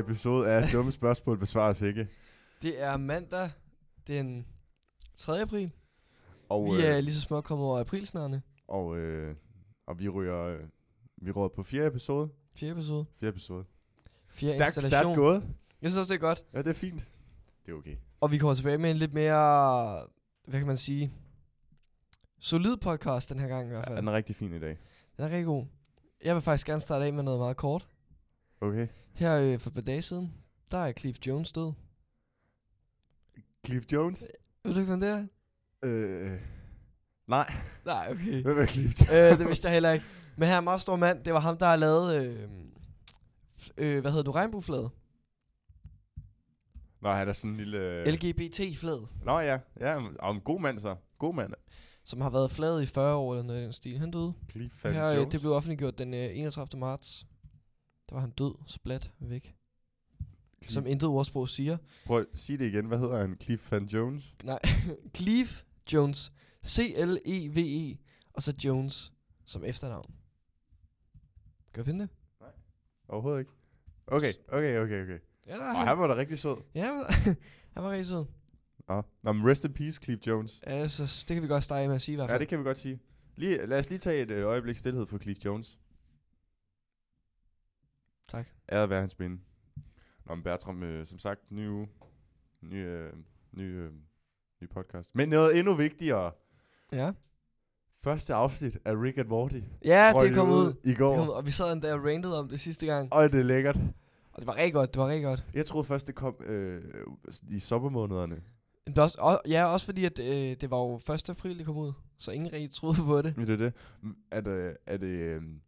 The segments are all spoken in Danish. episode af Dumme Spørgsmål Besvares Ikke. Det er mandag den 3. april. Og, Vi er øh, lige så småt kommet over aprilsnarene. og, øh, og vi ryger... Øh, vi råder på fjerde episode. Fjerde episode. Fjerde episode. Fjerde Stærkt, stærkt installation. gået. Jeg synes også, det er godt. Ja, det er fint. Det er okay. Og vi kommer tilbage med en lidt mere, hvad kan man sige, solid podcast den her gang i hvert Ja, fald. den er rigtig fin i dag. Den er rigtig god. Jeg vil faktisk gerne starte af med noget meget kort. Okay. Her øh, for et par dage siden, der er Cliff Jones død. Cliff Jones? Ved du ikke, hvem det er? Øh, nej. Nej, okay. Hvem er Cliff Jones? øh, det vidste jeg heller ikke. Men her er en meget stor mand. Det var ham, der har lavet, øh, f- øh, hvad hedder du, regnbueflaget? Nå, han er sådan en lille... Øh... LGBT-flaget, Nå ja. ja om god mand så. God mand. som har været flaget i 40 år eller noget i den stil. Han døde. Cliff her, øh, Jones. det blev offentliggjort den øh, 31. marts. Der var han død, splat væk. Cliff- Som intet ordsprog siger. Prøv at sige det igen. Hvad hedder han? Cliff Van Jones? Nej, Cleve Jones. C-L-E-V-E. E. Og så Jones som efternavn. Kan du finde det? Overhovedet ikke. Okay, okay, okay, okay. Ja, der er Og han var da rigtig sød. Ja, han var, han var rigtig sød. Ja. Nå, men rest in peace, Cliff Jones. Ja, så s- det kan vi godt starte af med at sige i hvert Ja, fald. det kan vi godt sige. Lige, lad os lige tage et øh, øjeblik stillhed for Cliff Jones. Tak. Æret være hans minde. Nå, men Bertram, øh, som sagt, ny uge. Ny, øh, ny, øh, ny podcast. Men noget endnu vigtigere. Ja, Første afsnit af Rick and Morty. ja Røg det er kommet ud. Det I er kommet går. ud, Og vi sad endda og rantede om det sidste gang. Og det er lækkert. Og det var rigtig godt, det var rigtig godt. Jeg troede først, det kom øh, i sommermånederne. Men det er også, og, ja, også fordi, at øh, det var jo 1. april, det kom ud. Så ingen rigtig troede på det. Men det er det. M- Er det, er det øhm,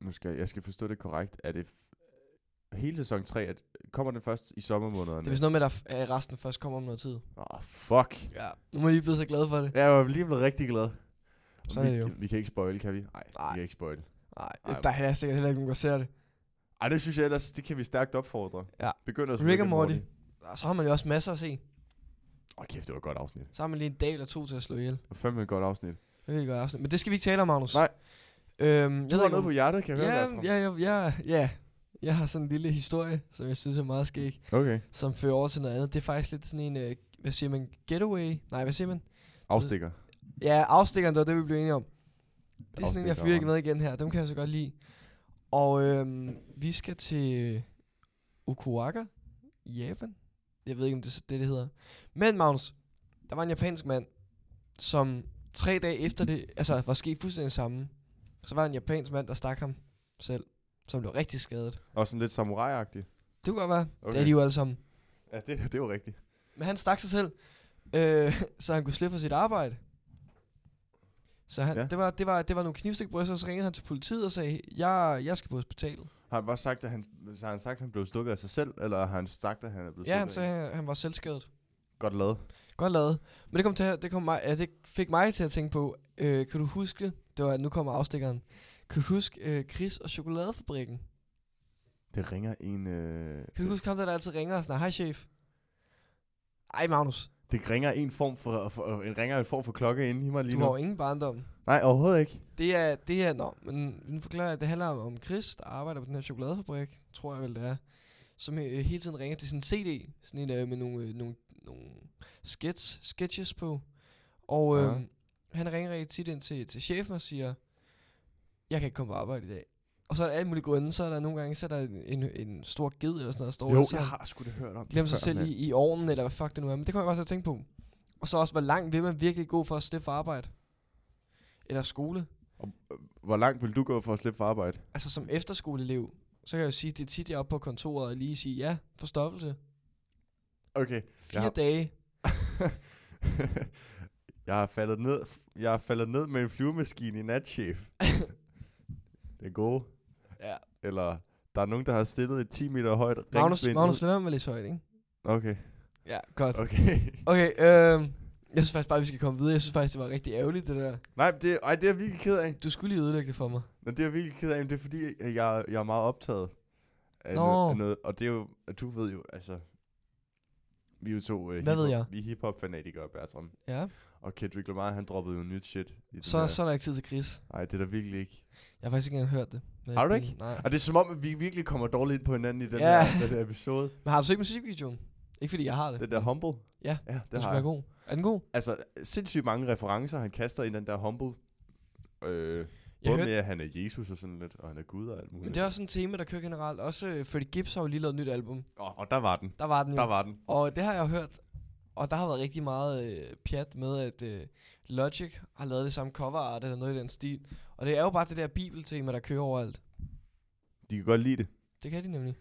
nu skal jeg, jeg skal forstå det korrekt. Er det f- hele sæson 3, at kommer den først i sommermånederne? Det er vist noget med, at der f- at resten først kommer om noget tid. Åh, oh, fuck. Ja. Nu er jeg lige blevet så glad for det. Jeg var lige blevet rigtig glad. Sådan vi, er det jo. Vi kan ikke spoil, kan vi? Nej, vi Nej. kan ikke spoil. Nej, Ej. Øh, der er sikkert heller ikke nogen, der ser det. Ej, det synes jeg ellers, det kan vi stærkt opfordre. Ja. Begynd os Rick and Morty. Og så har man jo også masser at se. Åh, oh, kæft, det var et godt afsnit. Så har man lige en dag eller to til at slå ihjel. Det var fandme et godt afsnit. Det er et godt afsnit. Men det skal vi ikke tale om, Magnus. Nej. Øhm, jeg ved Du har ikke, noget om- på hjertet, kan jeg altså. høre, ja, Bertram? ja, ja, ja, ja. Jeg har sådan en lille historie, som jeg synes er meget skæg, Okay. som fører over til noget andet. Det er faktisk lidt sådan en, øh, hvad siger man, getaway? Nej, hvad siger man? Afstikker. Ja, afstikkeren, det var det, vi blev enige om. Det er sådan en, jeg Afstikkeren. fyrer ikke med igen her. Dem kan jeg så godt lide. Og øhm, vi skal til Okuaga i Japan. Jeg ved ikke, om det er det, det hedder. Men Magnus, der var en japansk mand, som tre dage efter det, altså var sket fuldstændig samme. Så var der en japansk mand, der stak ham selv, som blev rigtig skadet. Og sådan lidt samurai -agtig. Det kunne godt være. Okay. Det Okay. er de jo alle sammen. Ja, det, det er jo rigtigt. Men han stak sig selv, øh, så han kunne slippe for sit arbejde. Så han, ja. Ja. det, var, det, var, det var nogle knivstikbryster, og så ringede han til politiet og sagde, jeg, jeg skal på hospitalet. Har han bare sagt, at han, har han sagt, at han blev stukket af sig selv, eller har han sagt, at han er blevet Ja, han stukket af sagde, han, han var selvskadet. en? Godt lavet. Godt lavet. Men det, kom til, at- det, kom mig, ja, det fik mig til at tænke på, øh, kan du huske, det var, nu kommer afstikkeren, kan du huske øh, Chris og chokoladefabrikken? Det ringer en... Øh, Kan du det, huske ham, der, der altid ringer og snakker, hej chef? Ej Magnus, det ringer en form for, for en ringer en form for klokke inde i mig lige du har jo nu. ingen barndom. Nej, overhovedet ikke. Det er, det er, nå, men nu forklarer jeg, at det handler om, om Chris, der arbejder på den her chokoladefabrik, tror jeg vel det er, som øh, hele tiden ringer til sin CD, sådan en øh, med nogle, øh, nogle, nogle sketch, sketches på, og øh, Ja. han ringer rigtig tit ind til, til chefen og siger, jeg kan ikke komme på arbejde i dag. Og så er der alle mulige grunde, så er der nogle gange, så er der en, en, en stor ged eller sådan noget, der står Jo, og så jeg har sgu da hørt om det glemme sig før, selv mand. i, i ovnen, eller hvad fuck det nu er, men det kommer jeg bare til at tænke på. Og så også, hvor langt vil man virkelig gå for at slippe for arbejde? Eller skole? Hvor langt vil du gå for at slippe for arbejde? altså som efterskoleelev, så kan jeg jo sige, at det er tit, jeg er oppe på kontoret og lige sige, ja, forstoppelse. Okay. Fire Ja. ja. dage. jeg er faldet ned, jeg er faldet ned med en flyvemaskine i natchef. det er gode. Ja. Eller der er nogen, der har stillet et 10 meter højt Magnus, ringbind Magnus, ud. lad være med at læse højt, ikke? Okay, Ja, godt. okay. Okay, øh, jeg synes faktisk bare, vi skal komme videre. Jeg synes faktisk, det var rigtig ærgerligt, det der. Nej, men det, ej, det er jeg virkelig ked af. Du skulle lige ødelægge det for mig. Nå, det er jeg virkelig ked af, men det er fordi, at jeg, jeg er meget optaget af, Nå. noget, af noget. Og det er jo, at du ved jo, altså... vi er jo to øh, Hvad ved hiphop- jeg? Vi er hiphop-fanatikere, Bertram. Ja. Og Kendrick Lamar, han droppede jo nyt shit. I den her. Så, så er der ikke tid til Chris. Ej, det er der virkelig ikke. Jeg har faktisk ikke engang hørt det. Men Har du det- ikke? Nej. Og det er som om, at vi virkelig kommer dårligt ind på hinanden i den, Ja. ja. her, den her episode. Men har du set musikvideoen? Ikke fordi jeg har det. Den der Humble. Ja, ja det, har den skulle være jeg. god. Er den god? Altså, sindssygt mange referencer, han kaster i den der Humble. Øh, Jeg både hørte, med, at han er Jesus og sådan lidt, og han er Gud og alt muligt. men det er også sådan et tema, der kører generelt. Også øh, Freddie Gibbs har jo lige lavet et nyt album. og, og der var den. Der var den jo. Der var den. Og det har jeg jo hørt. Og der har været rigtig meget øh, pjat med, at øh, Logic har lavet det samme coverart eller noget i den stil. Og det er jo bare det der bibeltema, der kører overalt. De kan godt lide det. Det kan de nemlig.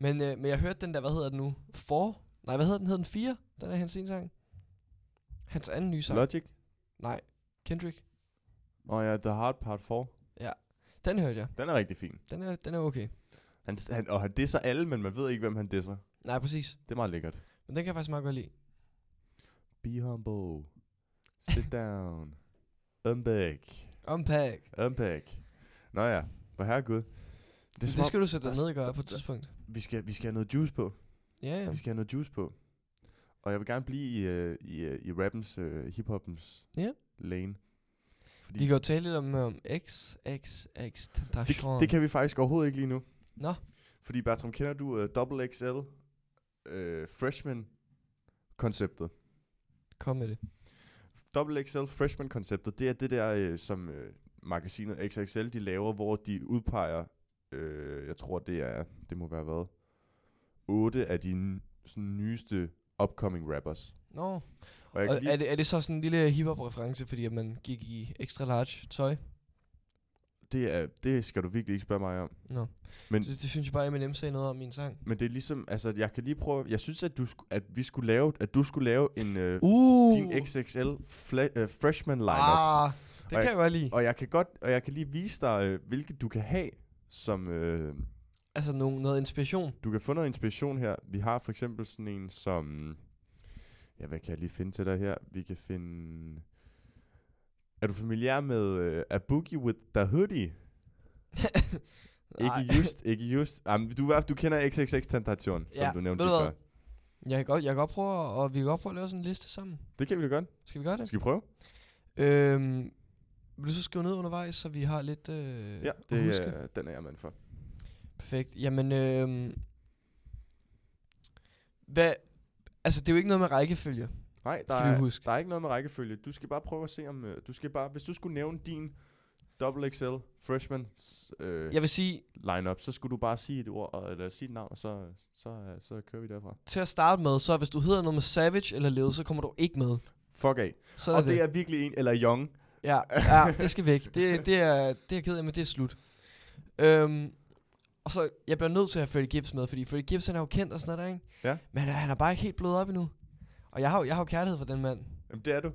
Men, øh, men jeg hørte den der, hvad hedder den nu? For? Nej, hvad hedder den? Hed den 4? Den er hans ene sang. Hans anden nye sang. Logic. Nej, Kendrick. Og ja, The Hard Part 4. Den hørte jeg. Den er rigtig fin. Den er, den er okay. Han, han, og han disser alle, men man ved ikke, hvem han disser. Nej, præcis. Det er meget lækkert. Men den kan jeg faktisk meget godt lide. Be humble. Sit down. Unpack. Unpack. Unpack. Nå ja, hvor herregud. Det, er Det, som det om, skal du sætte dig der- ned og gøre på et der- tidspunkt. vi, skal, vi skal have noget juice på. Ja, ja. Vi skal have noget juice på. Og jeg vil gerne blive i, øh, i, øh, i rappens, øh, hiphoppens Ja. lane. Fordi Vi kan jo tale lidt om, om X, X, X, det, Tentation. det kan vi faktisk overhovedet ikke lige nu. Nå. Fordi Bertram, kender du øh, Double XL øh, Freshman-konceptet? Kom med det. Double XL Freshman-konceptet, det er det der, øh, som øh, magasinet XXL, de laver, hvor de udpeger, øh, jeg tror det er, det må være hvad, otte af de n- sådan, nyeste upcoming rappers. Nå. Og jeg kan Og er, lige, det, er det så sådan en lille hiphop-reference, fordi at man gik i extra large tøj? det, er, det skal du virkelig ikke spørge mig om. Nå. Men- Men, det, det synes jeg bare, Eminem sagde noget om i en sang. Men det er ligesom, altså jeg kan lige prøve, jeg synes, at du, sku, at vi skulle lave, at du skulle lave en øh, Uh! din XXL fla- øh, freshman lineup. ah, det Og kan jeg godt lide. Og jeg kan godt, og jeg kan lige vise dig, øh, hvilket du kan have, som øh, Altså nogen, noget inspiration. du kan få noget inspiration her. Vi har for eksempel sådan en som, ja, hvad kan jeg lige finde til dig her? Vi kan finde, er du familiær med øh, A Boogie with the Hoodie? Ej. Ikke just, ikke just. Jamen, du, i hvert fald- du kender XXX Tentation, som Ja, du nævnte ved lige du før. hvad? Jeg kan godt, jeg kan godt prøve, at- og vi kan godt prøve at lave sådan en liste sammen. Det kan vi da godt. Skal vi gøre det? Skal vi prøve? Øhm, vil du så skrive ned undervejs, så vi har lidt øh, Ja, at det, huske? er, den er jeg mand for. Perfekt. Jamen, øhm, hvad, altså det er jo ikke noget med rækkefølge. Nej, der Skal vi er, huske. der er ikke noget med rækkefølge. Du skal bare prøve at se om... øh, Du skal bare, hvis du skulle nævne din double XL freshman øh, Jeg vil sige, lineup, så skulle du bare sige et ord, og, eller sige et navn, og så, så, øh, så kører vi derfra. til at starte med, så hvis du hedder noget med Savage eller Led, så kommer du ikke med. Fuck af. Så er og det. det er virkelig en, eller Young. Ja, ja, det skal væk. Det, det, er, det er jeg ked af, men det er slut. Øhm, og så, jeg bliver nødt til at have Freddie Gibbs med, fordi Freddie Gibbs, han er jo kendt og sådan noget der, ikke? Ja. Men han er, han er bare ikke helt blød op endnu. Og jeg har, jo- jeg har jo kærlighed for den mand. Jamen, det er du.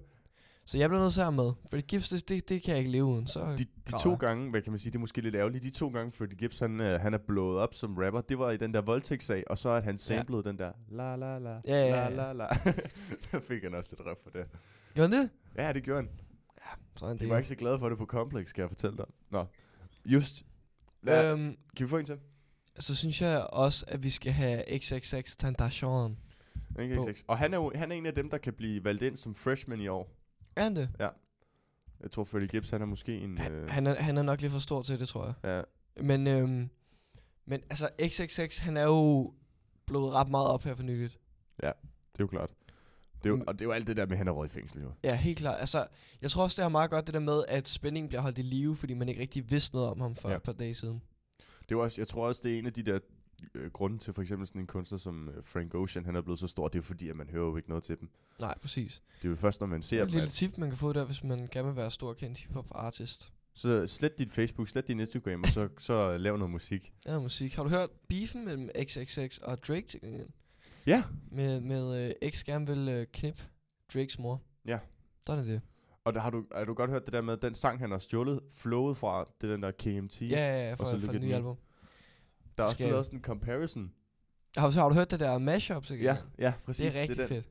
Så jeg bliver nødt til at have ham med. Freddie Gibbs, det, det, det kan jeg ikke leve uden. Så De, de to gange, hvad kan man sige, det er måske lidt ærgerligt, de to gange Freddie Gibbs, han, øh, han er blået op som rapper, det var i den der voldtægtssag, og så at han samplede den der la la la, Ja, ja, la ja. la la. der fik han også lidt røv for det. Gør han det? Ja, det gjorde han. Sådan De var ikke så glade for det på Complex, skal jeg fortælle dig. Nå, just. Lad, øhm, kan vi få en til? så synes jeg også, at vi skal have XXX Tentation. En på. K6. Og han er, jo, han er en af dem, der kan blive valgt ind som freshman i år. Er han det? Jeg tror, Freddie Gibbs, han er måske en... Han, Øh, han, er, han er nok lidt for stor til det, tror jeg. ja, Men, øhm, men altså, XXX, han er jo blevet ret meget op her for nyligt. det er jo klart. Det er jo, Mm. og det er jo alt det der med, at han er råd i fængsel, jo. Ja, helt klart. Altså, jeg tror også, det har meget godt det der med, at spændingen bliver holdt i live, fordi man ikke rigtig vidste noget om ham for Ja. ja. et par dage siden. Det er jo også, jeg tror også, det er en af de der øh, grunde til for eksempel sådan en kunstner som øh, Frank Ocean, han er blevet så stor, det er fordi, at man hører jo ikke noget til dem. Nej, præcis. Det er jo først, når man Det er ser et dem, lille at, tip, man kan få der, hvis man gerne vil være stor kendt hiphop-artist. så slet dit Facebook, slet din Instagram, og så, så lav noget musik. Ja, musik. Har du hørt beefen mellem XXX og Drake til gengæld? Ja. Med, med øh, X gerne vil øh, knippe Drakes mor. Ja. Sådan er det. Og der har du, har du godt hørt det der med, at den sang, han har stjålet, flowet fra, det er den der KMT. Ja, ja, ja, så for, Look for at det nye Me. album. der er også skal blevet jeg- også en comparison. Har, du- har du hørt det der mashup til Ja, gengæld? ja, Det præcis. er rigtig den. fedt.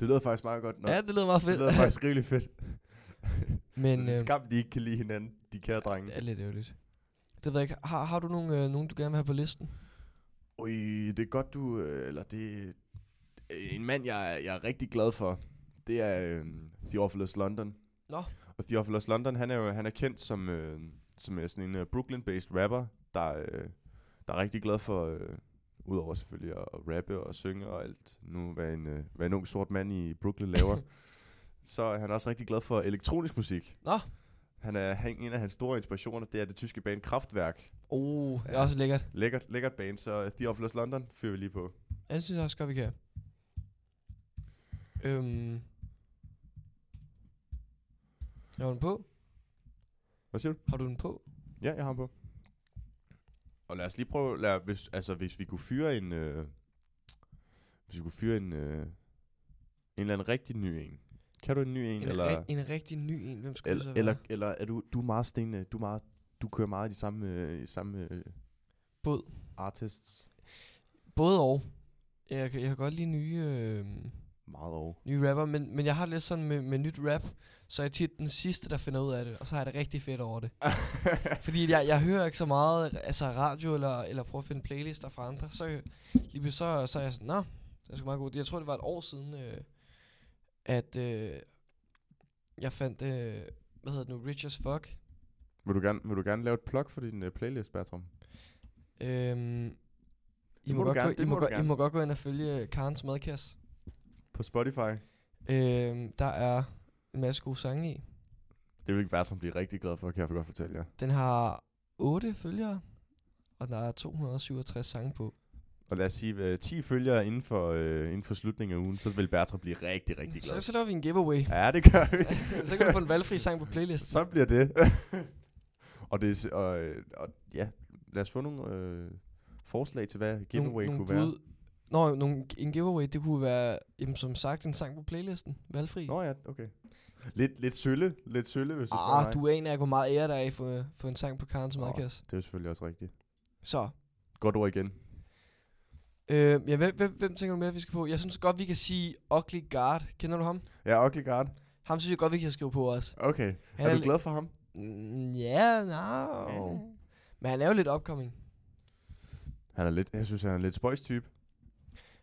Det lyder faktisk meget godt. Nå, Ja, det lyder meget fedt. Det lyder faktisk rigtig fedt. Men Men, øh, øh, skam, de ikke kan lide hinanden, de kære drenge. det er lidt ærgerligt. Det ved jeg ikke. Har, har du nogen, øh, nogen, du gerne vil have på listen? Ui, det er godt, du... øh, Eller det... Øh, En mand, jeg, er- jeg er rigtig glad for, det er øh, Theophilus London. Nå. Og Theophilus London, han er jo han er kendt som, øh, som øh, sådan en øh, Brooklyn-based rapper, der, øh, der er rigtig glad for, øh, udover selvfølgelig at, at rappe og synge og alt, nu hvad en, øh, hvad en ung sort mand i Brooklyn laver, så er han også rigtig glad for elektronisk musik. Nå. Han er han, en af hans store inspirationer, det er det tyske band Kraftværk. Oh, det er Uh, Ja. også lækkert. Lækkert, lækkert band, så øh, Theophilus London fyrer vi lige på. Jeg synes også godt, vi kan. Øhm. Har du den på? Hvad siger du? Har du den på? Ja, jeg har ham på. Og lad os lige prøve, lad, hvis, altså hvis vi kunne fyre en, øh, hvis vi kunne fyre en, øh, en eller anden rigtig ny en. Kan du en ny en, En, eller, ri- en rigtig ny en. Hvem skulle eller, det så eller, være? eller, er du, du er meget sten, øh, du er meget, du kører meget i de samme, øh, i samme øh, Båd. artists Både og. Jeg, kan- jeg kan godt lide nye, øh, meget over. nye rapper, men, men jeg har lidt sådan med, med nyt rap, så er jeg tit den sidste, der finder ud af det, og så har jeg det rigtig fedt over det. Fordi jeg, jeg hører ikke så meget altså radio, eller, eller prøver at finde playlister fra andre. Så lige pludselig så, så er jeg sådan, nå, det er sgu meget godt. Jeg tror, det var et år siden, øh, at øh, jeg fandt, øh, hvad hedder det nu, Rich as Fuck. vil, du gerne, vil du gerne lave et plug for din øh, playlist, Bertram? Øhm, I må må, du godt gerne, gå, I, det må må du godt, I gerne. må godt gå ind og følge øh, Karens madkasse. På Spotify? Øhm, der er en masse gode sange i. Det vil ikke Bertram blive rigtig glad for, kan jeg godt fortælle jer. Den har 8 følgere, og der er 267 sange på. Og lad os sige, øh, 10 følgere inden for, øh, inden for slutningen af ugen, så vil Bertram blive rigtig, rigtig glad. Så, så laver vi en giveaway. Ja, det gør vi. så kan du få en valgfri sang på playlisten. Så bliver det. og det er, s- og, øh, og, ja, lad os få nogle øh, forslag til, hvad giveaway nogle kunne være. bud. Nå, nogle, en giveaway, det kunne være, jamen, som sagt, en sang på playlisten. Valgfri. Nå ja, okay. Lidt, lidt sølle, lidt sølle, hvis du spørger Ah, mig. du aner ikke, hvor meget ære der er i for, for en sang på Karens Nå. Madkasse. Det er selvfølgelig også rigtigt. Så, Godt ord igen. øh, ja, hvem, hvem, hvem, tænker du med, at vi skal på? Jeg synes godt, vi kan sige Ugly Guard. Kender du ham? Ja, okay, Gart. Ham synes jeg godt, vi kan skrive på også. Okay. Han Er du lidt- glad for ham? Mm, Ja, nej. Åh. Men han er jo lidt upcoming. Han er lidt, jeg synes, han er lidt spøjs type.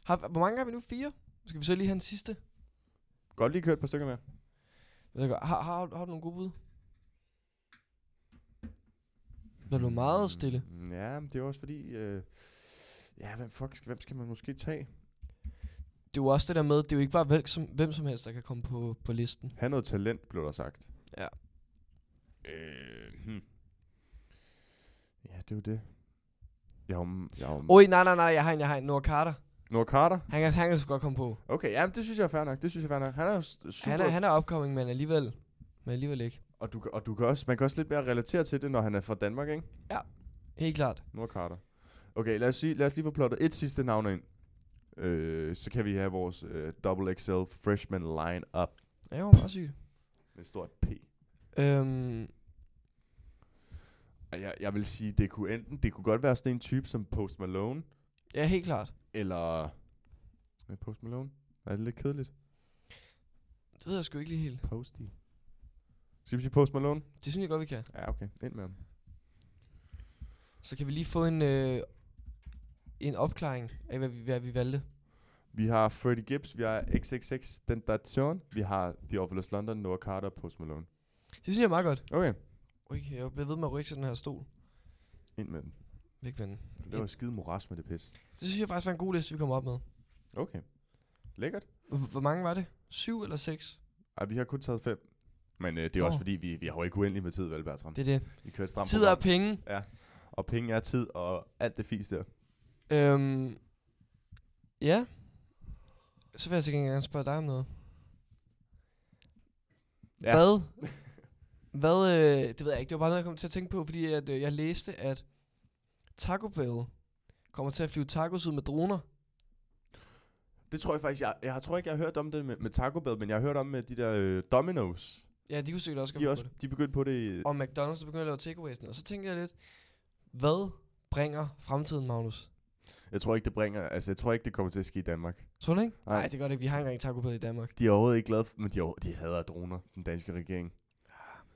Har, hvor mange har vi nu? Fire? Skal vi så lige have den sidste? Godt lige kørt et par stykker med. Jeg ved godt, Har, har, har du nogle gode bud? Var du meget stille? Mm, Ja, men det er også fordi... Øh, ja, hvem, fuck, skal- hvem skal man måske tage? det er jo også det der med, det er jo ikke bare hvem som, hvem som helst, der kan komme på, på listen. Han noget talent, blev der sagt. Ja. Øh, hmm. Ja, det er jo det. Jeg har jo- jeg har jo- Oj, nej, nej, nej, jeg har en, jeg har en. Noah Carter. Noah Carter. Han kan, han kan sgu godt komme på. Okay, ja, men det synes jeg er fair nok. Det synes jeg er fair nok. Han er jo s- super... Han er, han er opkoming, men alligevel, men alligevel ikke. Og, du, kan- og du kan også, man kan også lidt mere relatere til det, når han er fra Danmark, ikke? Helt klart. Noah Carter. Okay, lad os, sige, lad os lige få plottet et sidste navn ind. Øh, så kan vi have vores øh, double XL freshman line up Ja, det var meget sygt. med et stort P. Øhm, Og Jeg, jeg vil sige, det kunne enten, det kunne godt være sådan en type som Post Malone, ja, helt klart. Eller... Med Post Malone? Er det lidt kedeligt? Det ved jeg sgu ikke lige helt. Posty. Skal vi sige Post Malone? Det synes jeg godt, vi kan. Ja, okay. Ind med ham. Så kan vi lige få en, øh, en opklaring af, hvad vi, hvad vi valgte. Vi har Freddie Gibbs, vi har XXX Tentation, vi har Theophilus London, Noah Carter og Post Malone. Det synes jeg er meget godt. Okay, Okay, jeg bliver ved med at rykke til den her stol. ind med dem. Væk med den. Det var skide moras med det pis. Det synes jeg faktisk var en god liste, vi kom op med. Okay. Lækkert. Hvor- Hvor mange var det? Syv eller seks? Ej, vi har kun taget fem. Men øh, det er jo også Nå. fordi, vi, vi har jo ikke uendelig med tid, vel, Bertram? Det er det. Vi kører et stramt Tid er program. penge. Og penge er tid, og alt det fisk der. Øhm, ja. Så vil jeg til gengæld gerne spørge dig om noget. Ja. Ja. Hvad? Hvad? Øh, det ved jeg ikke. Det var bare noget, jeg kom til at tænke på, fordi at, øh, jeg læste, at Taco Bell kommer til at flyve tacos ud med droner. Det tror jeg faktisk, jeg, jeg tror ikke, jeg har hørt om det med, med Taco Bell, men jeg har hørt om med de der øh, Domino's. Ja, de kunne sikkert også De, komme er på også, det. de begyndte på det i... Og McDonald's der begynder at lave takeaways. nu. Og så tænker jeg lidt, hvad bringer fremtiden, Magnus? Jeg tror ikke, det bringer... Altså, jeg tror ikke, det kommer til at ske i Danmark. Sådan ikke? Nej. Nej, det gør det ikke. Vi har engang Taco Bell i Danmark. De er overhovedet ikke glade for... Men de, er over- de hader droner, den danske regering.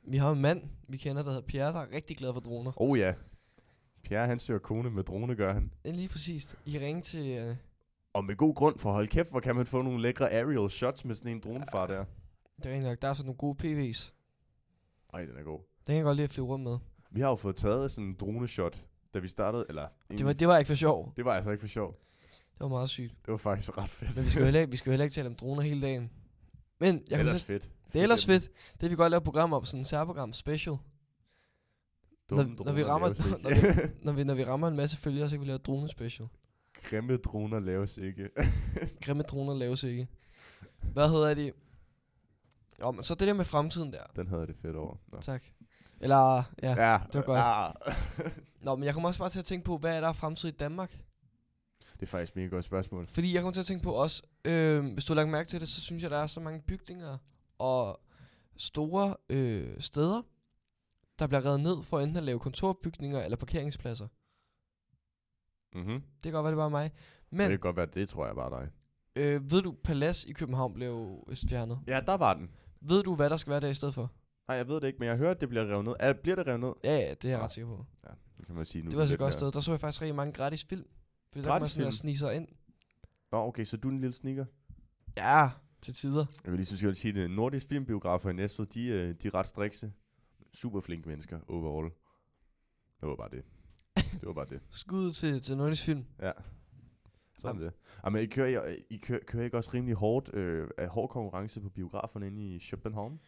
Vi har en mand, vi kender, der hedder Pierre, der er rigtig glad for droner. Oh ja. Pierre, han søger kone med drone, gør han. Ja, lige præcis. I ringe til... Øh, Og med god grund, for hold kæft, hvor kan man få nogle lækre aerial shots med sådan en dronefar der. Det er rent nok, der er sådan nogle gode PV's. Ej, den er god. Den kan jeg godt lide at flyve rundt med. Vi har jo fået taget sådan en droneshot, da vi startede, eller... Det var, det var ikke for sjov. det var altså ikke for sjov. Det var meget sygt. Det var faktisk ret fedt. Men vi skal jo heller ikke, vi skal jo heller ikke tale om droner hele dagen. Men jeg kan ellers så, fedt. det er ellers fedt. Det kan vi godt lave et program om, sådan en særprogram special. Dumme når droner vi rammer- laves ikke. når Når vi, når vi rammer en masse følgere, så kan vi lave et drone special. Grimme droner laves ikke. Grimme droner laves ikke. Hvad hedder de? Jo, men så det der med fremtiden der. Den havde jeg det fedt over. Nå. Tak. Eller, ja. ja. det var godt. Ah. Nå, men jeg kommer også bare til at tænke på, hvad er der af fremtid i Danmark? det er faktisk et mega godt spørgsmål. Fordi jeg kommer til at tænke på også, øh, hvis du har lagt mærke til det, så synes jeg, der er så mange bygninger og store øh, steder, der bliver revet ned for enten at lave kontorbygninger eller parkeringspladser. Mm-hmm. Det kan godt være, det var mig. Men Men det kan godt være, det tror jeg bare dig. øh, ved du, Palads i København blev jo vist fjernet. Ja, der var den. Ved du, hvad der skal være der i stedet for? Nej, jeg ved det ikke, men jeg har hørt, at det bliver revet ned. Er, bliver det revet ned? Ja, ja, det er jeg Ja. ret sikker på. Ja, det kan man sige nu. Det var så lidt et godt mere- sted. Der så jeg faktisk rigtig mange gratis film. Fordi der kunne man Gratis sådan at film? snige sig ind. Nå, okay, så du er en lille sneaker. Ja, til tider. Jeg vil lige så godt sige, at nordisk filmbiografer i Næstved, de, øh, de er ret strikse. Super flinke mennesker, overall. Det var bare det. Det var bare det. Skud til, til Nordisk Film. Ja. Sådan er det. Ej, men I kører, I, I kører, kører I ikke også rimelig hårdt øh, af hård konkurrence på biograferne inde i København?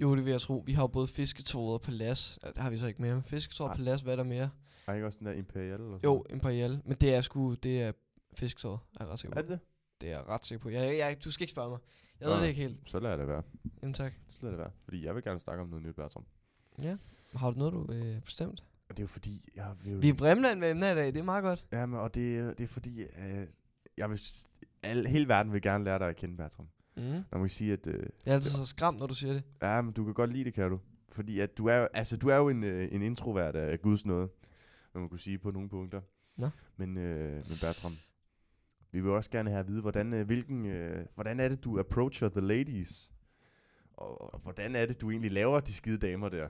Jo, det vil jeg tro. Vi har jo både fisketåret og palads. Ja, det har vi så ikke mere. Men fisketåret og Nej. palads, hvad er der mere? Er ikke også den der Imperial? Eller sådan Jo, noget? Imperial. Men det er sgu, det er fisketåret. Er jeg ret sikker på. Er det det? Det er jeg ret sikker på. Jeg, jeg, du skal ikke spørge mig. Jeg ved Nej. det ikke helt. Så lader jeg det være. Jamen tak. Så lader jeg det være. Fordi jeg vil gerne snakke om noget nyt, Bertram. Har du noget, du øh, bestemt? Og det er jo fordi, jeg vil... Vi er Bremland med emner i dag. Det er meget godt. Jamen, og det, er- det er fordi, øh, jeg vil... s- Al, hele verden vil gerne lære dig at kende, Bertram. Mm. Når man kan sige, at... Øh, Jeg er altid så skræmt, når du siger det. Ja, men du kan godt lide det, kan du. Fordi at du er, jo- altså, du er jo en, øh, en introvert af Guds noget, hvad man kunne sige på nogle punkter. Nå. Men, øh, men Bertram, vi vil også gerne have at vide, hvordan, øh, hvilken, øh, hvordan er det, du approacher the ladies? Og, og hvordan er det, du egentlig laver de skide damer der?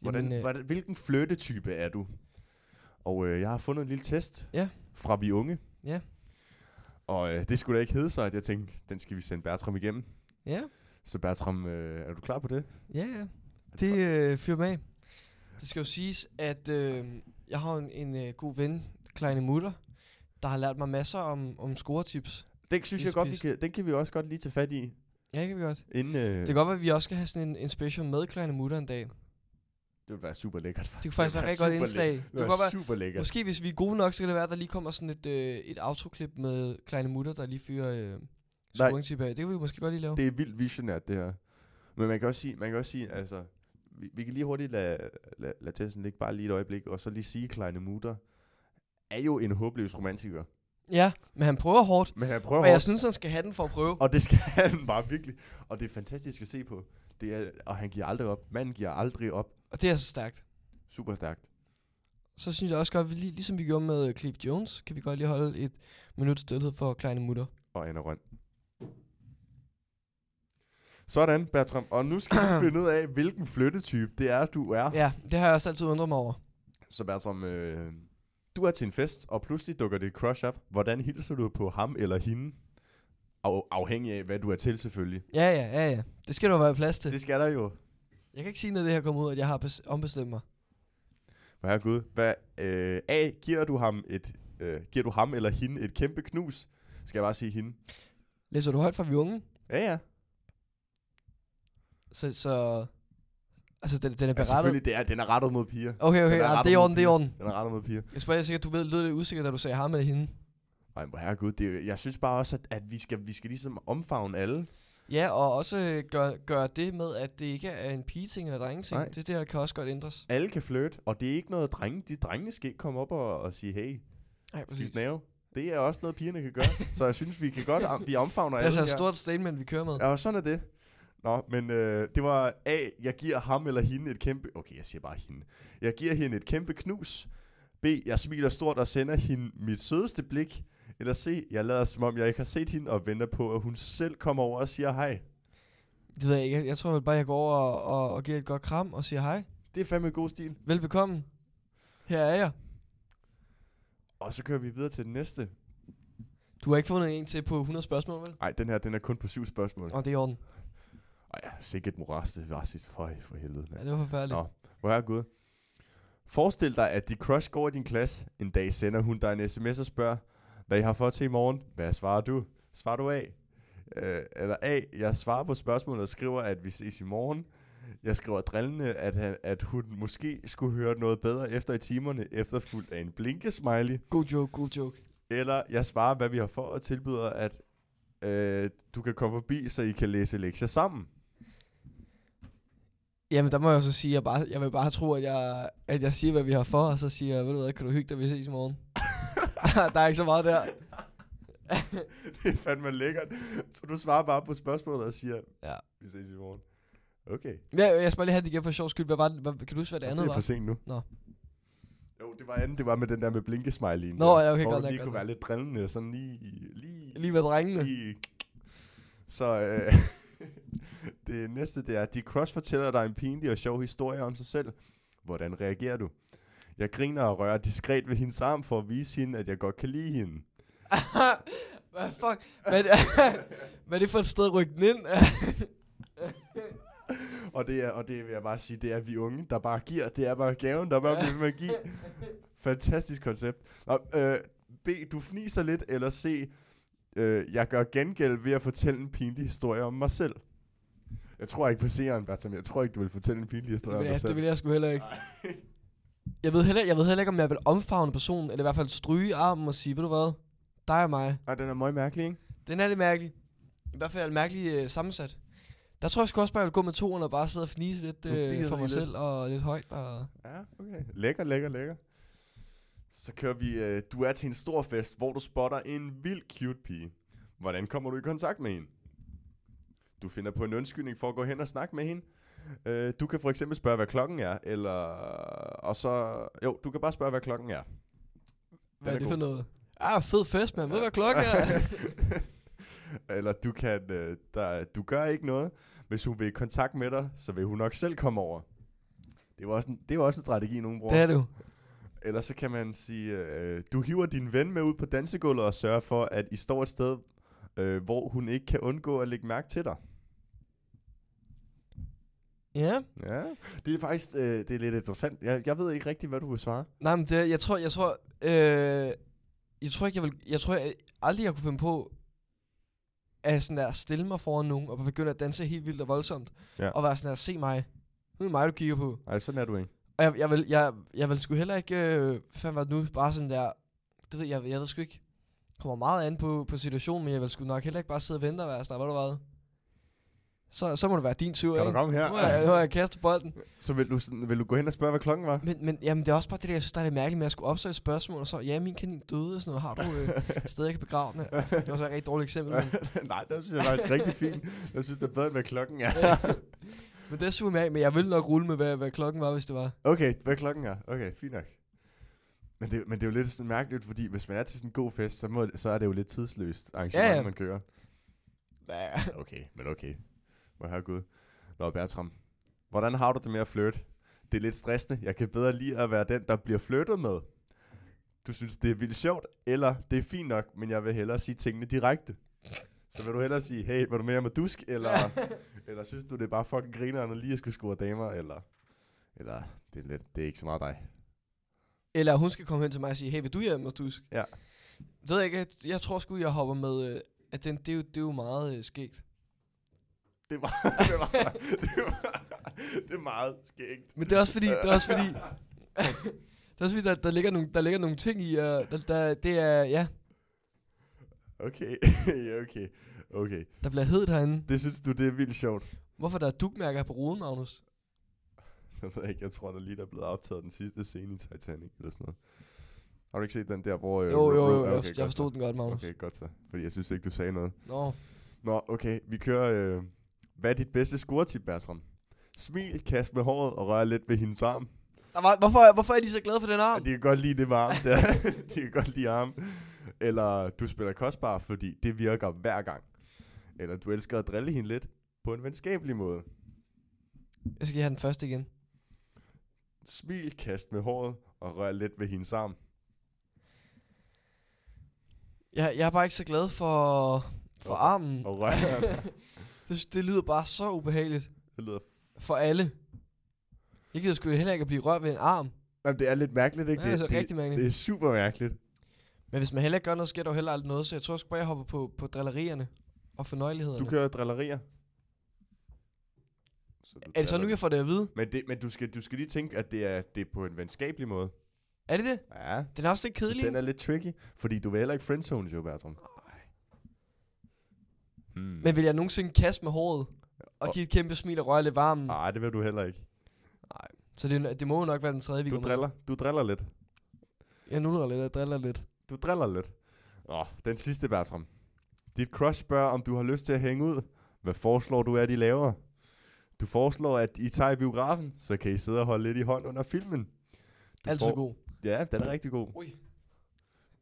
Hvordan, Jamen, øh, hvordan, hvilken flyttetype er du? Og øh, jeg har fundet en lille test Ja. fra Vi Unge. Ja. Og øh, det skulle da ikke hedde sig, at jeg tænkte, den skal vi sende Bertram igennem. Ja, Så Bertram, øh, er du klar på det? ja, ja. Det øh, fyrer med. af. Det skal jo siges, at øh, jeg har en, en øh, god ven, Kleine Mutter, der har lært mig masser om, om scoretips. Den synes jeg Is- godt, vi is. kan, den kan vi også godt lige tage fat i. Ja, det kan vi godt. Inden, øh, Det kan godt være, at vi også skal have sådan en, en special med Kleine Mutter en dag. det vil være super lækkert. Det kunne faktisk være et rigtig godt indslag. Det Det kunne var godt være, super lækkert. måske hvis vi er gode nok, så kan det være, at der lige kommer sådan et, øh, et autoklip med Kleine Mutter, der lige fyrer øh, scoringtip af. Det kan vi måske godt lige lave. Det er vildt visionært, det her. Men man kan også sige, man kan også sige altså, vi, vi kan lige hurtigt lade, lade, lade testen ligge bare lige et øjeblik, og så lige sige, at Kleine Mutter er jo en håbløs romantiker. Ja, men han prøver hårdt. Men han prøver Og jeg hårdt, synes, han skal have den for at prøve. og det skal han bare virkelig. Og det er fantastisk at se på. Det er, og han giver aldrig op. Manden giver aldrig op. Og det er så stærkt. Super stærkt. Så synes jeg også godt, at vi lige, ligesom vi gjorde med øh, Cliff Jones, kan vi godt lige holde et minut stillhed for Kleine Mutter. og Anna Røn. Sådan, Bertram. Og nu skal vi finde ud af, hvilken flyttetype det er, du er. Ja. Ja, det har jeg også altid undret mig over. Så Bertram, øh, du er til en fest, og pludselig dukker dit crush op. Hvordan hilser du på ham eller hende? Af, afhængig af, hvad du er til, selvfølgelig. Ja, ja, ja, ja. Det skal der jo være plads til. Det skal der jo. Jeg kan ikke sige, når det her kommer ud, at jeg har bes- ombestemt mig. Hvad er Gud? Hvad, øh, A, giver du, ham et, øh, giver du ham eller hende et kæmpe knus? Skal jeg bare sige hende? Læser du højt fra vi unge? Ja, ja. Så, så altså, den, den er ja berettet. selvfølgelig, det er, den er rettet mod piger. okay, okay, Den er ja, rettet det er i mod orden, det er i piger. orden. Den er rettet mod piger. Jeg spørger sikkert, du ved, lød det usikkert, da du sagde ham eller hende. Ej, hvor herregud, det, er- jeg synes bare også, at, at vi, skal, vi skal ligesom omfavne alle. Ja, og også øh, gør, gør det med, at det ikke er en pigeting eller drengeting. Nej. Det der kan også godt ændres. Alle kan flirte, og det er ikke noget drenge. De drengene skal ikke komme op og, og sige, hey, Nej, skift nave. Det er også noget, pigerne kan gøre. så jeg synes, vi kan godt, om- vi omfavner Det alle er altså et her. stort statement, vi kører med. Ja, og sådan er det. Nå, men øh, det var A, jeg giver ham eller hende et kæmpe... Okay, jeg siger bare hende. Jeg giver hende et kæmpe knus. B, jeg smiler stort og sender hende mit sødeste blik. Eller C, jeg lader som om, jeg ikke har set hende og venter på, at hun selv kommer over og siger hej. Det ved jeg ikke. Jeg, jeg tror vel bare, jeg går over og, og, og giver et godt kram og siger hej. Det er fandme god stil. Velbekomme. Her er jeg. Og så kører vi videre til den næste. Du Du har ikke fundet en til på 100 spørgsmål, vel? Nej, den her, den er kun på syv spørgsmål. Og det er i orden. Ej, sikkert moras, det var sit fej for helvede. Ja, mand. det var forfærdeligt. Nå. Hvor er Gud. Forestil dig, at de crush går i din klasse. En dag sender hun dig en sms og spørger, hvad I har for til i morgen. Hvad svarer du? Svarer du A? Øh, eller A, jeg svarer på spørgsmålet og skriver, at vi ses i morgen. Jeg skriver drillende, at, han, at hun måske skulle høre noget bedre efter i timerne, efterfulgt af en blinkesmiley. God joke, god joke. Eller jeg svarer, hvad vi har for, og tilbyder, at øh, du kan komme forbi, så I kan læse lektier sammen. Jamen, der må jeg jo så sige, at jeg, bare, jeg vil bare tro, at jeg, at jeg siger, hvad vi har for, og så siger jeg, ved du hvad, kan du hygge dig, vi ses i morgen. der er ikke så meget der. det er fandme lækkert. Så du svarer bare på spørgsmålet og siger, Ja. vi ses i morgen. Okay. Men Jeg, jeg skal bare lige have det igen for sjov skyld. Hvad var det? Hvad, kan du huske, hvad det Og andet det er for var? sent nu. Nå. Jo, det var andet. Det var med den der med blinkesmiley. Nå, ja, okay, Hvor godt du nok, lige godt kunne nok. være lidt drillende. Sådan lige... Lige... Lige med drengene. lige. Så øh, det næste, det er, de cross fortæller dig en pinlig og sjov historie om sig selv. Hvordan reagerer du? Jeg griner og rører diskret ved hendes arm for at vise hende, at jeg godt kan lide hende. hvad fuck? Hvad, er det- hvad er det for et sted at rykke den ind? Og det, er, og det vil jeg bare sige, det er vi unge, der bare giver. Det er bare gaven, der bare bliver med at give. Fantastisk koncept. Nå, øh, B, du fniser lidt, eller C, øh, jeg gør gengæld ved at fortælle en pinlig historie om mig selv. Jeg tror ikke på C'eren, Bertram. Jeg tror ikke, du vil fortælle en pinlig historie det, om vil dig jeg, det selv. vil jeg sgu heller ikke. Jeg ved heller, jeg ved heller ikke, om jeg vil omfavne personen, eller i hvert fald stryge armen og sige, ved du hvad, dig og mig. Ej, den er meget mærkelig, ikke? Den er lidt mærkelig. I hvert fald mærkelig øh, sammensat. Der tror jeg sgu også bare, jeg vil gå med toeren og bare sidde og fnise lidt Du fniser øh, for lige mig lidt. selv og lidt højt. Og Ja, okay. Lækker, lækker, lækker. Så kører vi, øh, du er til en stor fest, hvor du spotter en vild cute pige. Hvordan kommer du i kontakt med hende? Du finder på en undskyldning for at gå hen og snakke med hende. Øh, du kan for eksempel spørge, hvad klokken er, eller... Og så... Jo, du kan bare spørge, hvad klokken er. hvad er er det god. for noget? Ah, fed fest, man. Ved du, hvad klokken er? eller du kan... Øh, der, du gør ikke noget. Hvis hun vil i kontakt med dig, så vil hun nok selv komme over. Det er jo også en, det er jo også en strategi, nogen bruger. det er det jo. Eller så kan man sige, øh, du hiver din ven med ud på dansegulvet og sørger for, at I står et sted, øh, hvor hun ikke kan undgå at lægge mærke til dig. Ja. Ja, det er faktisk øh, det er lidt interessant. Jeg, jeg ved ikke rigtigt, hvad du vil svare. Nej, men det, jeg tror, jeg tror, øh, jeg tror ikke, jeg vil, jeg tror jeg aldrig, jeg kunne finde på, at sådan der, stille mig foran nogen, og begynde at danse helt vildt og voldsomt, Ja. og være sådan der, se mig, nu er det mig, du kigger på. Nej, sådan er du ikke. Og jeg, jeg, vil, jeg, jeg vil sgu heller ikke, øh, fandme var det nu, bare sådan der, det ved jeg, jeg ved sgu ikke, kommer meget an på, på situationen, men jeg vil sgu nok heller ikke bare sidde og vente og være sådan, der, ved du hvad, så, så må det være din tur, Kan du komme her? Nu har jeg, nu har jeg kastet bolden. Så vil du, sådan, vil du gå hen og spørge, hvad klokken var? Men, men jamen, det er også bare det, der, jeg synes, der er lidt mærkeligt med at skulle opsøge spørgsmål, og så, ja, min kanin døde og sådan noget, har du øh, stadig jeg kan begrave den? Det var så et rigtig dårligt eksempel, men, Nej, det synes jeg faktisk rigtig fint. Jeg synes, det er bedre, end hvad klokken er. men det er super mærkeligt, men jeg ville nok rulle med, hvad, hvad klokken var, hvis det var. Okay, hvad klokken er. Okay, fint nok. Men det, men det er jo lidt sådan mærkeligt, fordi hvis man er til sådan en god fest, så, må, så er det jo lidt tidsløst arrangement, ja, Ja, ja. ja. man kører. Ja. Okay, men okay. Må herre Gud. Nå, Bertram. Hvordan har du det med at flirte? Det er lidt stressende. Jeg kan bedre lide at være den, der bliver flirtet med. Du synes, det er vildt sjovt, eller det er fint nok, men jeg vil hellere sige tingene direkte. Så vil du hellere sige, hey, var du mere med dusk, eller, eller synes du, det er bare fucking grineren at lige at skulle score damer, eller, eller det, er lidt, det er ikke så meget dig. Eller hun skal komme hen til mig og sige, hey, vil du hjem og dusk? Ja. Det ved jeg ikke, jeg- jeg tror sgu, jeg hopper med, øh, at den, det, er jo, det er jo meget øh, skægt. Det var, det var, det var, det er meget skægt. Men det er også fordi, det er også fordi, det er også fordi, der, der, ligger nogle, der ligger nogle ting i, og der, der, det er, ja, Okay, ja, okay, okay. der bliver hedet herinde. Det synes du, det er vildt sjovt. Hvorfor der er dugmærker på ruden, Magnus? Jeg ved ikke, jeg tror, der lige der er blevet optaget den sidste scene i Titanic eller sådan noget. Har du ikke set den der, hvor... øh, Jo, jo, Ro- Ro- jo, jeg, okay, jeg godt forstod så. den godt, Magnus. Okay, godt så. Fordi jeg synes ikke, du sagde noget. Nå, Nå, okay, vi kører... Øh, hvad er dit bedste scoretip, Bertram? Smil, kast med håret og rør lidt ved hendes arm. Der var, hvorfor, hvorfor er de så glade for den Ja, arm? de kan godt lide det med arm der. de kan godt lide arm. Eller du spiller kostbar, fordi det virker hver gang. Eller du elsker at drille hende lidt på en venskabelig måde. Jeg skal lige have den første igen. Smil, kast med håret og rør lidt ved hendes arm. Jeg, jeg er bare ikke så glad for, for Og- armen. Og røven. det, det lyder bare så ubehageligt det lyder... for alle. Jeg gider sgu heller ikke at blive rørt ved en arm. Jamen, det er lidt mærkeligt, ikke? Ja, det er altså rigtig det, mærkeligt. det er super mærkeligt. Men hvis man heller ikke gør noget, sker der jo heller aldrig noget. Så jeg tror sgu bare, jeg hopper på, på drillerierne og fornøjelighederne. Du kører drillerier. Så du er det så nu, driller. jeg får det at vide? Men, det, men du, skal, du skal lige tænke, at det er, det er på en venskabelig måde. Er det det? Ja. Den er også lidt Så kedelig. den er lidt tricky, fordi du vil heller ikke friendzone, jo, Bertram. Hmm. Men vil jeg nogensinde kaste med håret og Og- give et kæmpe smil og røre lidt varmen? Nej, det vil du heller ikke. Så det, det må jo nok være den tredje, vi Du går med. driller, du driller lidt. Jeg nuller lidt og driller lidt. Du driller lidt. Åh, den sidste, Bertram. Dit crush spørger, om du har lyst til at hænge ud. Hvad foreslår du, at de laver? Du foreslår, at I tager i biografen, så kan I sidde og holde lidt i hånd under filmen. Du Altid får- god. Ja, den er rigtig god. Ui.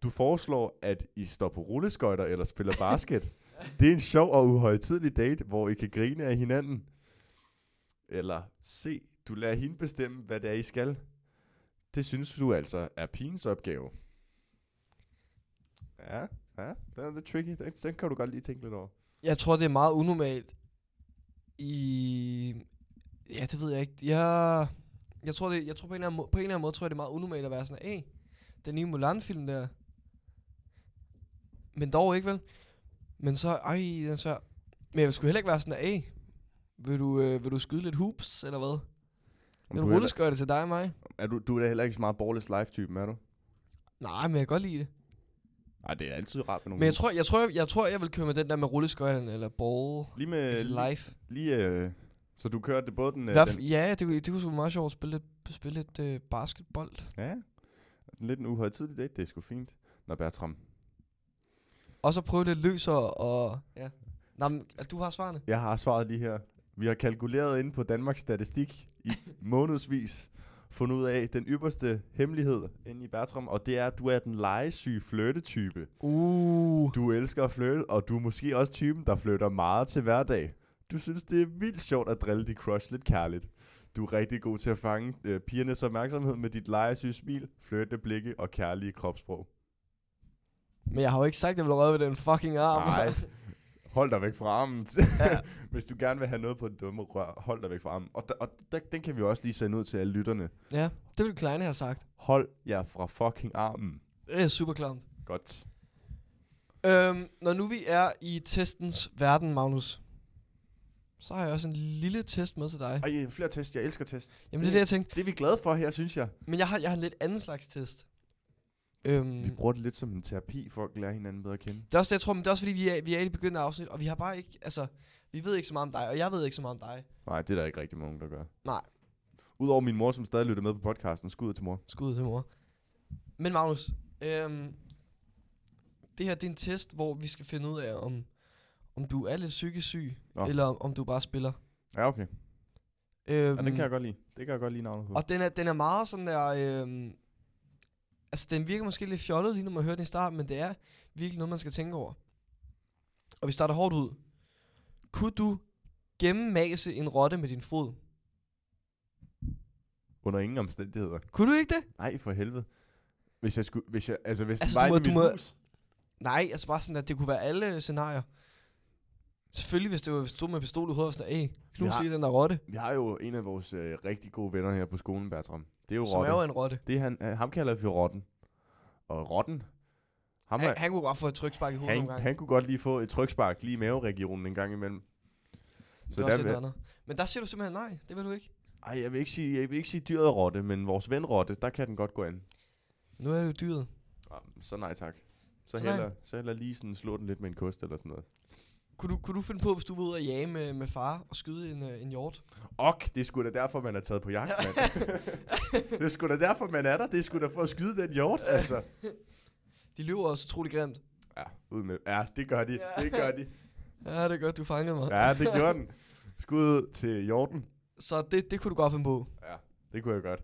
Du foreslår, at I står på rulleskøjter eller spiller basket. det er en sjov og uhøjtidelig date, hvor I kan grine af hinanden. Eller C. Du lader hende bestemme, hvad det er, I skal. Det synes du altså er pigens opgave. Ja, ja. Den er lidt tricky. Den, den kan du godt lige tænke lidt over. Jeg tror, det er meget unormalt i... Ja, det ved jeg ikke. Jeg, jeg tror, det, jeg tror på, en eller anden måde, på en eller anden måde, tror jeg, det er meget unormalt at være sådan, hey, den nye Mulan-film der. Men dog ikke, vel? Men så, ej, den er svær. Men jeg skulle heller ikke være sådan, hey, vil du, øh, vil du skyde lidt hoops, eller hvad? Om Den du, er, heller- rulleskøjte til dig og mig. er du, du er da heller ikke så meget borgerless life-typen, er du? Nej, men jeg kan godt lide det. Nej, det er altid rart med nogle Men jeg tror, jeg tror, jeg, jeg, tror, jeg vil køre med den der med rulleskøjterne, eller ball. Lige med... It's Lige, life. lige øh, så du kører det både den... øh, Hvad, den f- ja, det, kunne- det kunne sgu være meget sjovt at spille lidt, spille lidt øh, basketbold. Ja, lidt en uhøjtidlig date, det er sgu fint. Nå Bertram, Og så prøve lidt løsere og... Ja. Nå, men, du har svarene. jeg har svaret lige her. Vi har kalkuleret inde på Danmarks Statistik i månedsvis, fundet ud af den ypperste hemmelighed inde i Bertram, og det er, at du er den legesyge flirtetype. Uh. Du elsker at flytte, og du er måske også typen, der flytter meget til hverdag. Du synes, det er vildt sjovt at drille dit crush lidt kærligt. Du er rigtig god til at fange øh, pigernes opmærksomhed med dit legesyge smil, flirtende blikke og kærlige kropssprog. Men jeg har jo ikke sagt, at jeg ville røre ved den fucking arm. Nej. Hold dig væk fra armen. Ja. ja. Hvis du gerne vil have noget på det dumme rør, hold dig væk fra armen. Og, der, og der, den kan vi også lige sende ud til alle lytterne. ja, det ville Kleine have sagt. Hold jer fra fucking armen. Det er super klamt. Godt. Øhm, når nu vi er i testens verden, Magnus, så har jeg også en lille test med til dig. Ej, flere test. Jeg elsker test. Jamen det er det, jeg Mm. tænkte. det er vi glade for her, synes jeg. Men jeg har, jeg har en lidt anden slags test. Øhm, Vi bruger det lidt som en terapi for at lære hinanden bedre at kende. Det er også det, jeg tror, men det er også fordi, vi er, vi er i det begyndende afsnit, og vi har bare ikke, altså, vi ved ikke så meget om dig, og jeg ved ikke så meget om dig. Nej, det er der ikke rigtig mange, der gør. Nej. Udover min mor, som stadig lytter med på podcasten. Skud ud til mor. Skud til mor. Men Magnus, øhm, det her det er en test, hvor vi skal finde ud af, om, om du er lidt psykisk syg, Nå. eller om, om du bare spiller. Ja, okay. Øhm, Ja, den kan jeg godt lide. Det kan jeg godt lide navnet på. Og den er, den er meget sådan der, øhm, altså den virker måske lidt fjollet lige når man hører den i starten, men det er virkelig noget, man skal tænke over. Og vi starter hårdt ud. Kunne du gennemmase en rotte med din fod? Under ingen omstændigheder. Kunne du ikke det? Nej, for helvede. Hvis jeg skulle... Hvis jeg, altså, hvis Altså, den var du inde må- i du mit må- hus. Nej, altså bare sådan, at det kunne være alle øh, scenarier. Selvfølgelig, hvis det var, hvis du stod med pistol i hovedet og sådan, æh, knus har- i den der rotte, Vi har jo en af vores øh, rigtig gode venner her på skolen, Bertram. Det er jo som er jo Rotten. en rotte. Det er han, øh, ham kalder vi for Rotten. Og Rotten, ham er, Han, han kunne godt få et trykspark i hovedet han, nogle han, gange. han kunne godt lige få et trykspark lige i maveregionen en gang imellem. Det Så er der også vil, et andet. Men der siger du simpelthen nej, det vil du ikke. ej, jeg vil ikke sige, jeg vil ikke sige dyret er Rotte, men vores ven Rotte, der kan den godt gå an. Nu er det jo dyret. Ah, Så nej tak. Så Så nej. heller, så heller lige sådan slå den lidt med en kost eller sådan noget. Kunne du, kunne du finde på, hvis du var ude og jage med, med far og skyde en, øh, en hjort? Ok, det er sgu da derfor, man er taget på jagt, mand. det er sgu da derfor, man er der. Det er sgu da for at skyde den hjort, altså. De løber også utrolig grimt. Ja, ud med. Ja, det gør de. Ja. Det gør de. Ja, det er godt, du fangede mig. Ja. Ja, det gjorde den. Skud til Jordan. Så det, det kunne du godt finde på. Ja, det kunne jeg godt.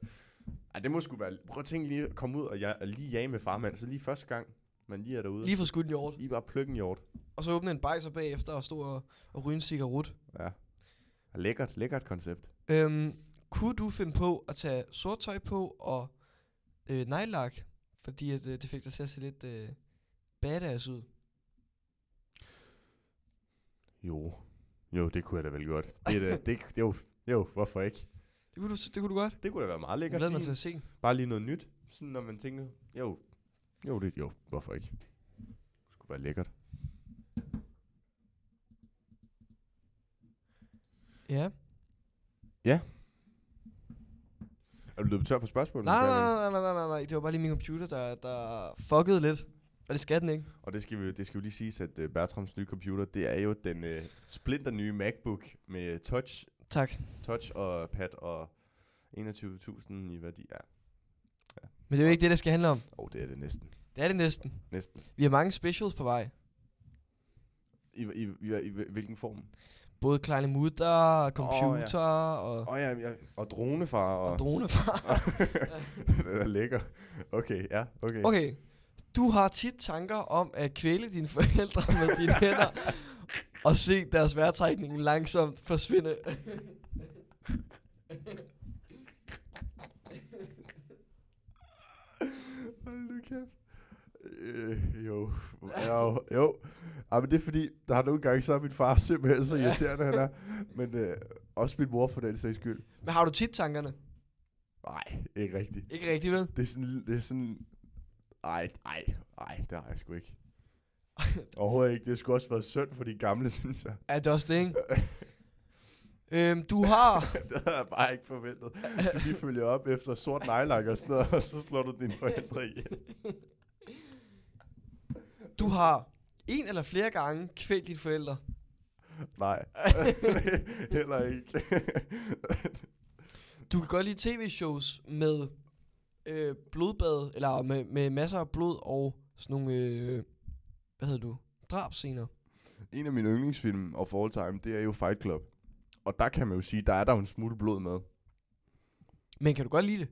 Ej, det må sgu være... Prøv at tænke lige at komme ud og jeg, og lige jage med farmand. Så lige første gang, man lige er derude. Lige for skudt en hjort. lige bare plukke en hjort. Og så åbne en bajser bagefter og stå og, og ryge en cigaret. Ja. Og Lækkert, lækkert koncept. Øhm, kunne du finde på at tage sort tøj på og øh, nejlak? Fordi at, øh, det fik dig til at se lidt, øh, badass ud. Jo. Jo, det kunne jeg da vel godt. Det er da, det, jo, jo, hvorfor ikke? Det kunne du, det kunne du godt. Det kunne da være meget Jeg lækkert. glæder mig lige- til at se. Bare lige noget nyt, sådan når man tænker, jo, jo, det, jo, hvorfor ikke? Det skulle være lækkert. Ja. Er du løbet tør for spørgsmål? Nej, nej, nej, nej, nej, nej, nej. Det var bare lige min computer, der, der fuckede lidt. Og det skal den ikke. Og det skal, vi, det skal jo lige siges, at øh, Bertrams nye computer, det er jo den øh, splinter nye MacBook med touch, Tak. touch og pad og 21.000 i værdi. Ja, Men det er jo ikke det, det skal handle om. oh, det er det næsten. Det er det næsten. Næsten. Vi har mange specials på vej. I, i, i, i, i hvilken form? Både kleine mutter, computer oh, ja. og, Åh oh, ja, ja, og dronefar og... og dronefar. den er lækker. Okay, ja, okay. Okay, du har tit tanker om at kvæle dine forældre med dine hænder og se deres vejrtrækning langsomt forsvinde. Hold nu kæft. Øh, jo, jo, jo. Ej, men det er fordi, der har nogle gange, så er min far simpelthen så irriterende, han er. Men øh, også min mor for den sags skyld. Men har du tit tankerne? Nej, ikke rigtigt. Ikke rigtig, vel? Det er sådan, det er sådan, ej, ej, ej, det har jeg sgu ikke. Overhovedet ikke. Det skulle også været synd for de gamle, synes jeg. Er det også det, ikke? øhm, du har... det havde jeg bare ikke forventet. Du lige følger op efter sort nejlak og sådan noget, og så slår du dine forældre ihjel. Du har en eller flere gange kvælt dine forældre. Nej, heller ikke. Du kan godt lide tv-shows med øh, blodbad, eller med, med masser af blod og sådan nogle, øh, hvad hedder du, drabscener. En af mine yndlingsfilm of all time, det er jo Fight Club. Og der kan man jo sige, der er der jo en smule blod med. Men kan du godt lide det?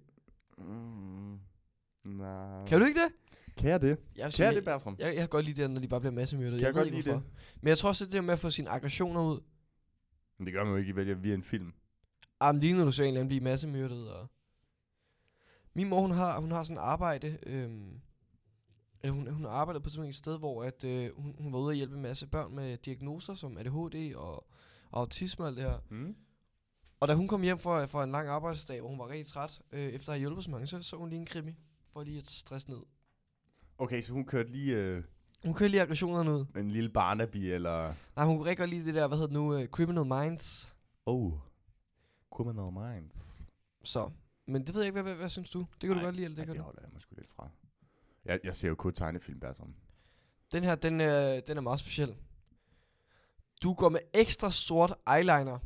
Mm. Nej. Kan du ikke det? Kan jeg det? Jeg, Kan jeg Mm. det, Bertram? Jeg, jeg kan godt lide det, når de bare bliver massemyrdet. Kan jeg ved godt ikke, lide det? hvorfor. Men jeg tror også, at det der med at få sine aggressioner ud. Men det gør man jo ikke vælger via en film. Ah, men lige når du ser en eller anden blive massemyrdet. Og... Min mor, hun har, hun har sådan et arbejde. Øhm, eller hun, hun arbejdede på sådan et sted, hvor at, øh, hun, hun var ude og hjælpe en masse børn med diagnoser som ADHD og, og autisme og alt det her. Mm. Og da hun kom hjem fra, fra en lang arbejdsdag, hvor hun var rigtig træt, øh, efter at have hjulpet så mange, så så hun lige en krimi, for lige at stresse ned. Okay, så hun kørte lige øh, Hun kørte lige aggressionerne ud. en lille Barnaby, eller... Nej, hun kunne rigtig godt lide det der, hvad hedder det nu, uh, Criminal Minds. Oh, Criminal Minds. Så, men det ved jeg ikke, hvad, hvad, hvad synes du? Det kan du Ej, godt lide, eller Det, ja, det kan det du? holder jeg mig sgu lidt fra. Jeg, jeg ser jo kun tegnefilm, Bertram. Den her, den, øh, den er meget speciel. Du går med ekstra sort eyeliner.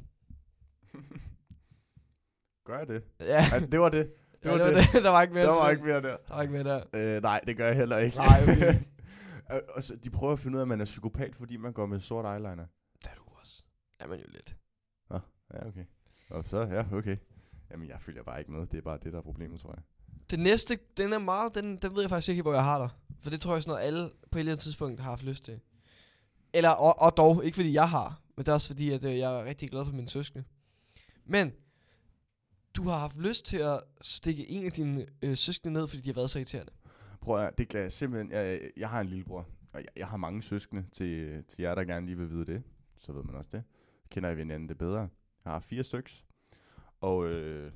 Gør jeg det? Ja, Ej, det var det. det var var det. der var ikke mere. Der til var den. ikke mere der. der var ikke mere der. Øh, nej, det gør jeg heller ikke. Nej, okay. Øh, og så, de prøver at finde ud af, at man er psykopat, fordi man går med sort eyeliner. Der er du også. Jamen jo lidt. Ja, okay. Og så, ja, okay. Jamen, jeg følger bare ikke med. Det er bare det, der er problemet, tror jeg. Det næste, den er meget, den, den ved jeg faktisk ikke, hvor jeg har dig. For det tror jeg er sådan noget, alle på et eller andet tidspunkt har haft lyst til. Eller, og, og dog, ikke fordi jeg har, men det er også fordi, at øh, jeg er rigtig glad for mine søskende. Men, du har haft lyst til at stikke en af dine øh, søskende ned, fordi de har været så irriterende. Prøv at, høre, det kan jeg simpelthen... Jeg, jeg har en lillebror, og jeg, jeg har mange søskende til, til jer, der gerne lige vil vide det. Så ved man også det. Kender I hinanden det bedre. Jeg har fire styks. Og øh,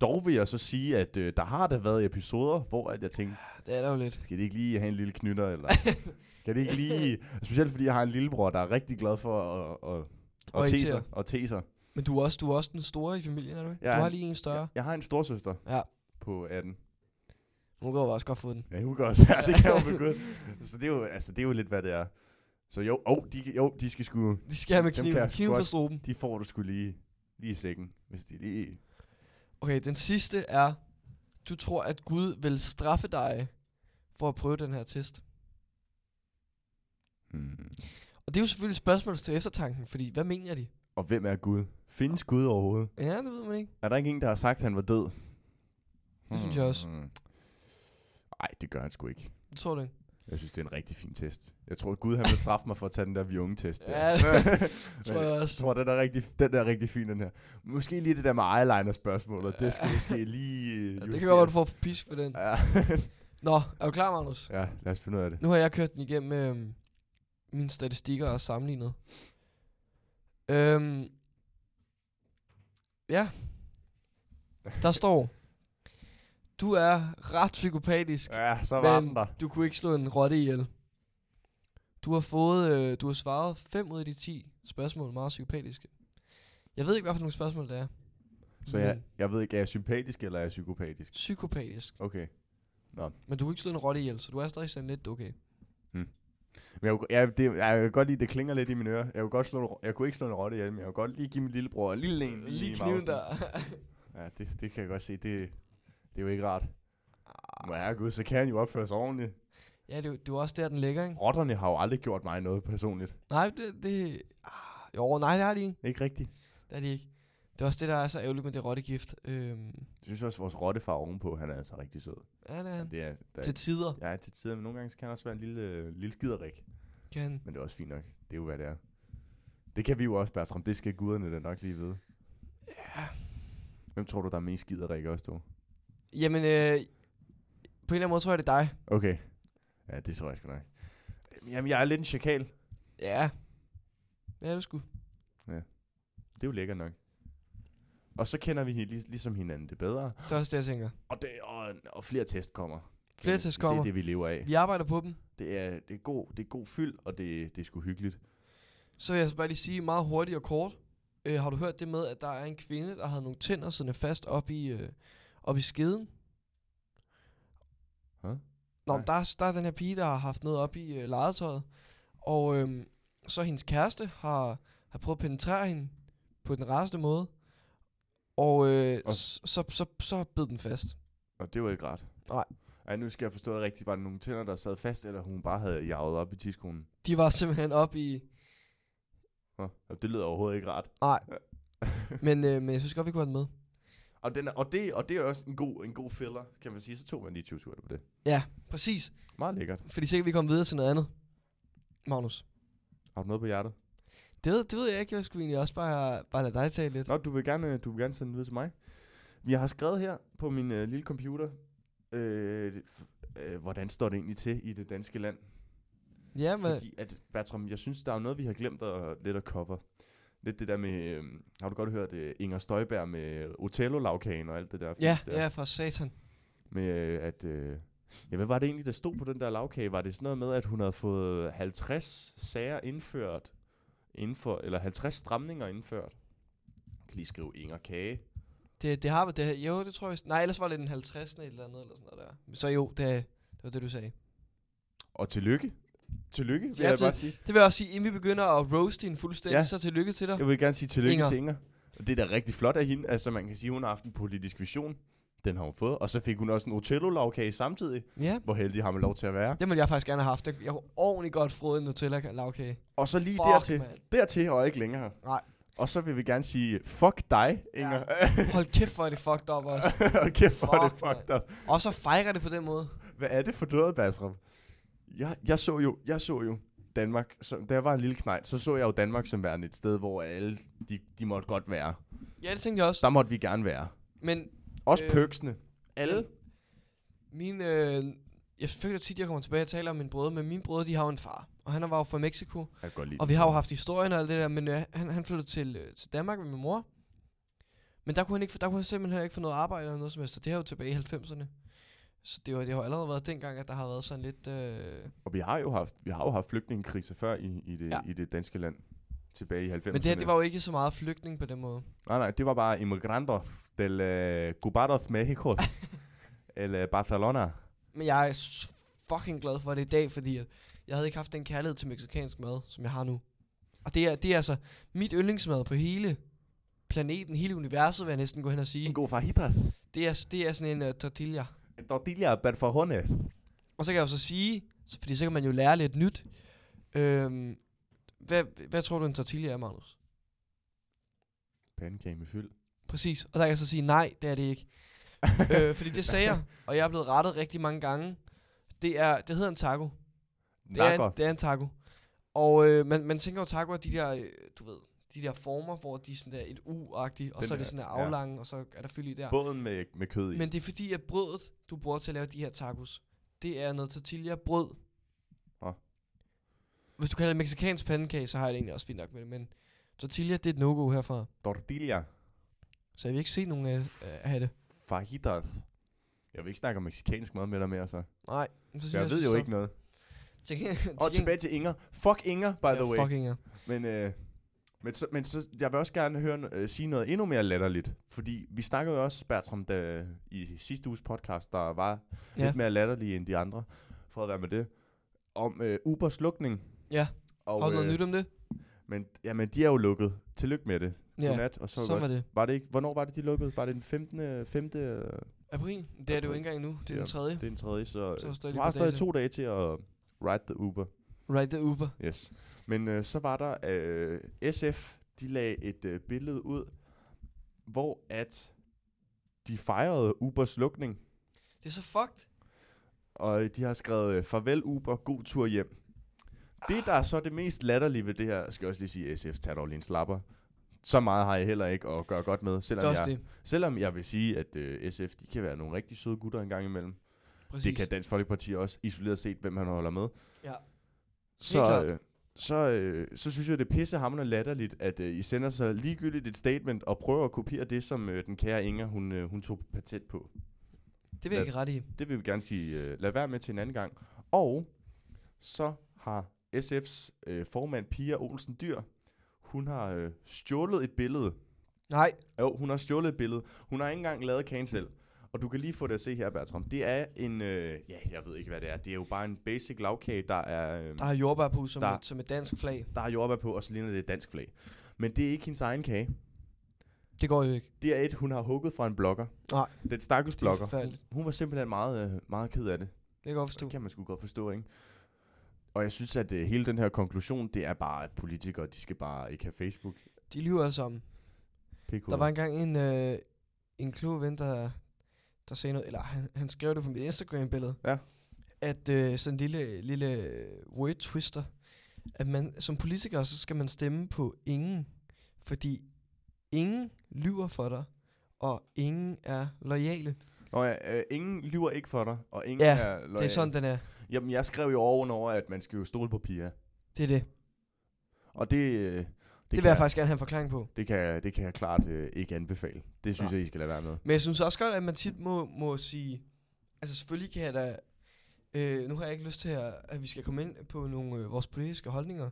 dog vil jeg så sige, at øh, der har der været episoder, hvor at jeg tænkte, Det er der jo lidt. skal de ikke lige have en lille knytter, eller skal de ikke lige... Specielt fordi jeg har en lillebror, der er rigtig glad for at, at, at, at, Orientere. teser, at teser. Men du er også, du er også den store i familien, er du ikke? Ja. Du har lige en større. Jeg, jeg har en storsøster Ja. på 18. Hun kan jo også godt få den. Ja, hun kan også. Ja, det kan hun ved Gud. Så det er jo, altså, det er jo lidt, hvad det er. Så jo, oh, de, kan- jo, de skal sgu... De skal have med Dem kan kniven, jeg sgu kniven for godt. struben. De får du sgu lige, lige i sækken, hvis de lige... Okay, den sidste er, du tror, at Gud vil straffe dig for at prøve den her test. Hmm. Og det er jo selvfølgelig et spørgsmål til eftertanken, fordi hvad mener de? Og hvem er Gud? Findes Gud overhovedet? Ja, det ved man ikke. Er der ikke en, der har sagt, at han var død? Det synes jeg også. Hmm. Ej, det gør han sgu ikke. Det tror du ikke. Jeg synes, det er en rigtig fin test. Jeg tror, at Gud han vil straffe mig for at tage den der viunge-test. der. Ja, det tror jeg også. Jeg tror, den er, rigtig, den er rigtig fin, den her. Måske lige det der med eyeliner-spørgsmålet. Det skal måske lige... øh, Ja, det kan justeres. godt være, du får pis for den. Ja. Nå, er du klar, Magnus? Ja, lad os finde ud af det. Nu har jeg kørt den igennem øhm, mine statistikker og sammenlignet. Øhm, ja. Der står, du er ret psykopatisk, Ja, så var den men der. du kunne ikke slå en rotte ihjel. Du har fået, øh, du har svaret 5 ud af de 10 spørgsmål, meget psykopatiske. Jeg ved ikke, hvad for nogle spørgsmål det er. Så jeg, jeg ved ikke, er jeg sympatisk eller er jeg psykopatisk? Psykopatisk. Okay. Men du kunne ikke slå en rotte ihjel, så du er stadig sådan lidt okay. Men jeg, kunne- ja, det, ja, jeg kan godt lide, det klinger lidt i mine ører. Jeg kunne, godt slå en, ro- jeg kunne ikke slå en rotte ihjel, men jeg kunne godt lige give min lillebror en lille en. Lige i kniven mausen. der. Ja, det, det kan jeg godt se. Det, det er jo ikke rart. Men herregud, så kan han jo opføre sig ordentligt. ja, det, er jo- det er jo også der, den ligger, ikke? Rotterne har jo aldrig gjort mig noget personligt. Nej, det... det ah, jo, nej, det har de ikke. Ikke rigtigt. Det har de ikke. Det er også det, der er så ærgerligt med det rottegift. Øhm, Jeg synes også, at vores rottefar ovenpå, han er altså rigtig sød. ja, det er han. Det er, der, Til tider jeg er til tider, men nogle gange så kan han også være en lille, lille skiderik. kan han. Men det er også fint nok. Det er jo, hvad det er. Det kan vi jo også, Bertram. Det skal guderne da nok lige vide. Ja. Hvem tror du, der er mest skiderik også, du? Jamen, øh, på en eller anden måde tror jeg, det er dig. Okay. Ja, det tror jeg sgu nok. Jamen, jeg er lidt en chakal. Ja. Ja, det skulle. Det er jo lækkert nok. Og så kender vi lig- ligesom hinanden det bedre. Det er også det, jeg tænker. Og, det, og, og flere test kommer. Flere Det- test kommer. Det er det, vi lever af. Vi arbejder på dem. Det er, det er, god, det er god fyld, og det, det er sgu hyggeligt. Så vil jeg så bare lige sige meget hurtigt og kort. Øh, har du hørt det med, at der er en kvinde, der havde nogle tænder siddende fast op i, øh, op i skeden? Huh? Nå, Nej. men der, er, der er den her pige, der har haft noget op i øh, legetøjet. Og øhm, så hendes kæreste har, har prøvet at penetrere hende på den rareste måde. Og, øh, Og- s- så, så, så bed den fast. Og det var ikke rart. Nej. Ej, nu skal jeg forstå det rigtigt. Var der nogle tænder, der sad fast, eller hun bare havde jaget op i tidskonen? De var simpelthen op i... Nå, og det lyder overhovedet ikke rart. Nej. men, øh, men jeg synes godt, vi kunne have den med. Og, den er, og, det, og det er også en god, en god filler, kan man sige. Så tog man lige 20 sekunder på det. Præcis. Meget lækkert. Fordi så kan vi komme videre til noget andet. Magnus. Har du noget på hjertet? Det ved, det ved jeg ikke. Jeg skulle egentlig også bare, bare lade dig tale lidt. Nå, du vil gerne, du vil gerne sende den videre til mig. Jeg har skrevet her på min øh, lille computer, øh, f- øh, hvordan står det egentlig til i det danske land? Ja, men Fordi at, Bertram, jeg synes, der er noget, vi har glemt at, lidt at cover. Lidt det der med, øh, har du godt hørt øh, Inger Støjberg med Otello-lavkagen og alt det der. ja, fisk der. ja, for satan. Med øh, at... Øh, ja, hvad var det egentlig, der stod på den der lavkage? Var det sådan noget med, at hun havde fået 50 sager indført? Inden for, eller 50 stramninger indført? Jeg kan lige skrive Inger Kage. Det, det har det, her- jo, det tror jeg. Nej, ellers var det den 50. et eller andet, eller sådan noget der. Men Så jo, det, det var det, du sagde. Og tillykke. Tillykke, vil Ja, jeg til- bare sige. Det vil jeg også sige, inden vi begynder at roaste hende fuldstændig, Ja. ja. så tillykke til dig. Jeg vil gerne sige tillykke Inger. til Inger. Inger. Og det er da rigtig flot af hende. Altså, man kan sige, hun har haft en politisk vision. Den har hun fået. Og så fik hun også en Otello-lavkage samtidig. Ja. Hvor heldig har man lov til at være. Det ville jeg faktisk gerne have haft. Jeg jeg kunne ordentligt godt frode en Nutella-lavkage. Og så lige Fuck, dertil. mand. Dertil og ikke længere. Nej. Og så vil vi gerne sige, fuck dig, Inger. Hold kæft, hvor er det fucked up også. og kæft, hvor er det Fuck, fucked up. Og så fejrer det på den måde. Hvad er det for noget, Basram? Jeg, jeg, så jo, jeg så jo Danmark, som, da jeg var en lille knejt, så så jeg jo Danmark som værende et sted, hvor alle, de, de måtte godt være. Ja, det tænkte jeg også. Der måtte vi gerne være. Men Også øh, Øh, pøksene. Alle. min, øh, jeg føler tit, jeg kommer tilbage og taler om min brødre, men min brødre, de har jo en far. Og han var jo fra Mexico. Jeg kan godt lide Og vi har jo haft historien og alt det der, men øh, han, han flyttede til, øh, til Danmark med min mor. Men der kunne, han ikke, få- der kunne han simpelthen ikke få noget arbejde eller noget som helst, og det er jo tilbage i 90'erne. Så det, var, det har jo allerede været dengang, at der har været sådan lidt... Øh, Og vi har jo haft, vi har jo haft flygtningekriser før i, i, det, ja. Ja. i det danske land. Tilbage i 90'erne. men det her, det var jo ikke så meget flygtning på den måde. Nej, nej, det var bare immigranter del uh, Cubados Mexico. eller Barcelona. Men jeg er s- fucking glad for det i dag, fordi at jeg havde ikke haft den kærlighed til meksikansk mad, som jeg har nu. Og det er, det er altså mit yndlingsmad på hele planeten, hele universet, vil jeg næsten gå hen og sige. god fajitas. Det er, det er sådan en uh, tortilla. En tortilla per forhånde. Og så kan jeg jo så sige, så- fordi så kan man jo lære lidt nyt. Øhm, hvad, hvad tror du en tortilla er, Magnus? Pandekage med fyld. Præcis. Og der kan jeg så sige, nej, det er det ikke. øh, fordi det sagde jeg, og jeg er blevet rettet rigtig mange gange. Det, er, det hedder en taco. Det er en, Nakos. det er en taco. Og øh, man, man tænker jo taco er de der, øh, du ved, de der former, hvor de er sådan der et U-agtige, og Den så der, er det sådan der ja. aflange, og så er der fyld i der. Båden med, med kød i. Men det er fordi, at brødet, du bruger til at lave de her tacos, det er noget tortilla brød. Nå. Hvis du kalder det mexicansk pandekage, så har jeg det egentlig også fint nok med det, men tortilla, det er et no-go herfra. Tortilla. Så jeg vil ikke se nogen af, af have det. Fajitas. Jeg vil ikke snakke om meksikansk mad med dig mere, så. Nej. men Så synes Jeg ved jo så- ikke noget. Til, til Og tilbage til Inger. Fuck Inger, by the way. Fucking er. Men, øh, men, så, men så, jeg vil også gerne høre, no- øh, sige noget endnu mere latterligt. Fordi vi snakkede jo også, Bertram, da, i sidste uges podcast, der var ja. Ja. lidt mere latterlige end de andre, for at være med det, om øh, Ubers lukning. Ja. Og, øh, Har du noget nyt om det? Men jamen, de er jo lukket. Tillykke med det. Ja. Ja, Godnat, og så, så var det. det. Var det ikke, hvornår var det, de lukkede? Var det den 15. 5. øh, April? Det er det jo ikke engang nu. Det er Ja. den tredje. Det er den tredje, så, Så er der så stadig du et har par dage stadig til. to dage til at ride the Uber. Right, det er Uber. Yes. Men øh, så var der øh, SF, de lagde et øh, billede ud, hvor at de fejrede Ubers lukning, Det er så fucked. og øh, de har skrevet, øh, farvel Uber, god tur hjem. Det, der er så det mest latterlige ved det her, skal jeg også lige sige, SF, tag dog lige en slapper. Så meget har jeg heller ikke at gøre godt med, Det er selvom, også jeg, det. selvom jeg vil sige, at øh, SF, de kan være nogle rigtig søde gutter en gang imellem. Præcis. Det kan Dansk Folkeparti også, isoleret set, hvem han holder med. Ja. Så, klart. øh, så, øh, så synes jeg, det er pissehammerende latterligt, at øh, I sender så ligegyldigt et statement og prøver at kopiere det, som øh, den kære Inger, hun, øh, hun tog patent på. Det vil jeg Lad- ikke ret i. Det vil vi gerne sige, øh, lad være med til en anden gang. Og så har SF's øh, formand Pia Olsen Dyr, hun har øh, stjålet et billede. Nej. Jo, hun har stjålet et billede. Hun har ikke engang lavet kagen selv. Og du kan lige få det at se her, Bertram. Det er en, øh, ja, jeg ved ikke, hvad det er. Det er jo bare en basic lavkage, der er... Øh, Der har jordbær på som, Der- et, som et dansk flag. der er jordbær på, og så ligner det et dansk flag. Men det er ikke hendes egen kage. Det går jo ikke. Det er et, hun har hugget fra en blogger. Nej. Den stakkels Det er blogger. forfærdeligt. Hun var simpelthen meget, øh, meget ked af det. Det kan jeg godt forstå. Det kan man sgu godt forstå, ikke? Og jeg synes, at øh, hele den her konklusion, det er bare, at politikere, de skal bare ikke have Facebook. De lyver alle sammen. PK. Der var engang en, øh, en klog ven, der, der sagde noget, eller han, han skrev det på mit Instagram-billede, Ja. at øh, sådan en lille, lille øh, word twister, at man som politiker, så skal man stemme på ingen, fordi ingen lyver for dig, og ingen er lojale. Nå ja, øh, ingen lyver ikke for dig, og ingen Ja, er lojal. Det er sådan, den er. Jamen, jeg skrev jo over over, at man skal jo stole på Pia. Det er det. Det, Og det, øh, det, det kan, vil jeg faktisk gerne have en forklaring på. det, kan, det kan jeg klart øh, ikke anbefale. Det synes Nej. jeg, I skal lade være med. Men jeg synes også godt, at man tit må, må sige, altså selvfølgelig kan jeg da, øh, nu har jeg ikke lyst til, at, at vi skal komme ind på nogle øh, vores politiske holdninger,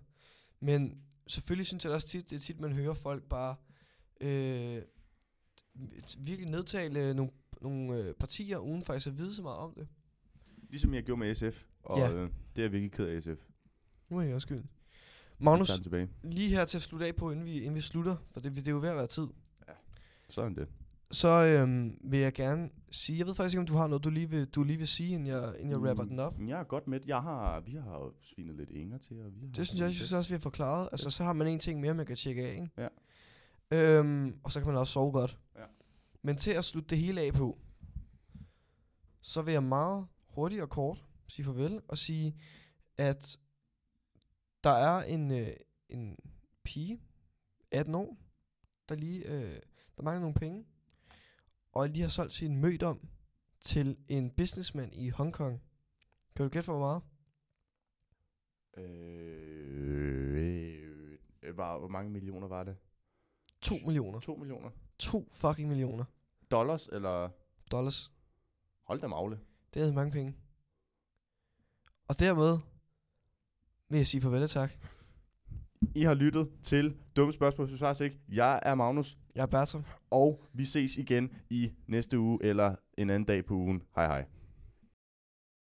men selvfølgelig synes jeg da også tit, det er tit, man hører folk bare øh, t- virkelig nedtale nogle, nogle øh, partier, uden faktisk at vide så meget om det. Ligesom jeg gjorde med SF, og Ja. ja. øh, det er jeg virkelig ked af, SF. Nu er jeg også skyld. Magnus. Magnus, Tager den tilbage. lige her til at slutte af på, inden vi, inden vi slutter, for det, det er jo ved at være tid, Sådan det. så øhm, vil jeg gerne sige, jeg ved faktisk ikke, om du har noget, du lige vil, du lige vil sige, inden jeg, inden jeg rapper den op. Jeg er godt med. Jeg har, vi har jo svinet lidt Inger til. Og vi har Det synes jeg, jeg synes også, vi har forklaret. Altså, så har man en ting mere, man kan tjekke af, ikke? Ja. Øhm, og så kan man også sove godt. Ja. Men til at slutte det hele af på, så vil jeg meget hurtigt og kort sige farvel og sige, at der er en, øh, en pige, 18 år, der lige øh, der mangler nogle penge, og lige har solgt sin mødom til en businessman i Hongkong. Kan du gætte for, hvor meget? Øh, øh, var, hvor mange millioner var det? 2 millioner. 2 millioner. 2 fucking millioner. Dollars, eller... dollars. Hold da magle. Det er mange penge. Og dermed vil jeg sige farvel og tak. I har lyttet til Dumme Spørgsmål, som svares ikke. Jeg er Magnus, Jeg er Bertram. og vi ses igen i næste uge, eller en anden dag på ugen. Hej hej.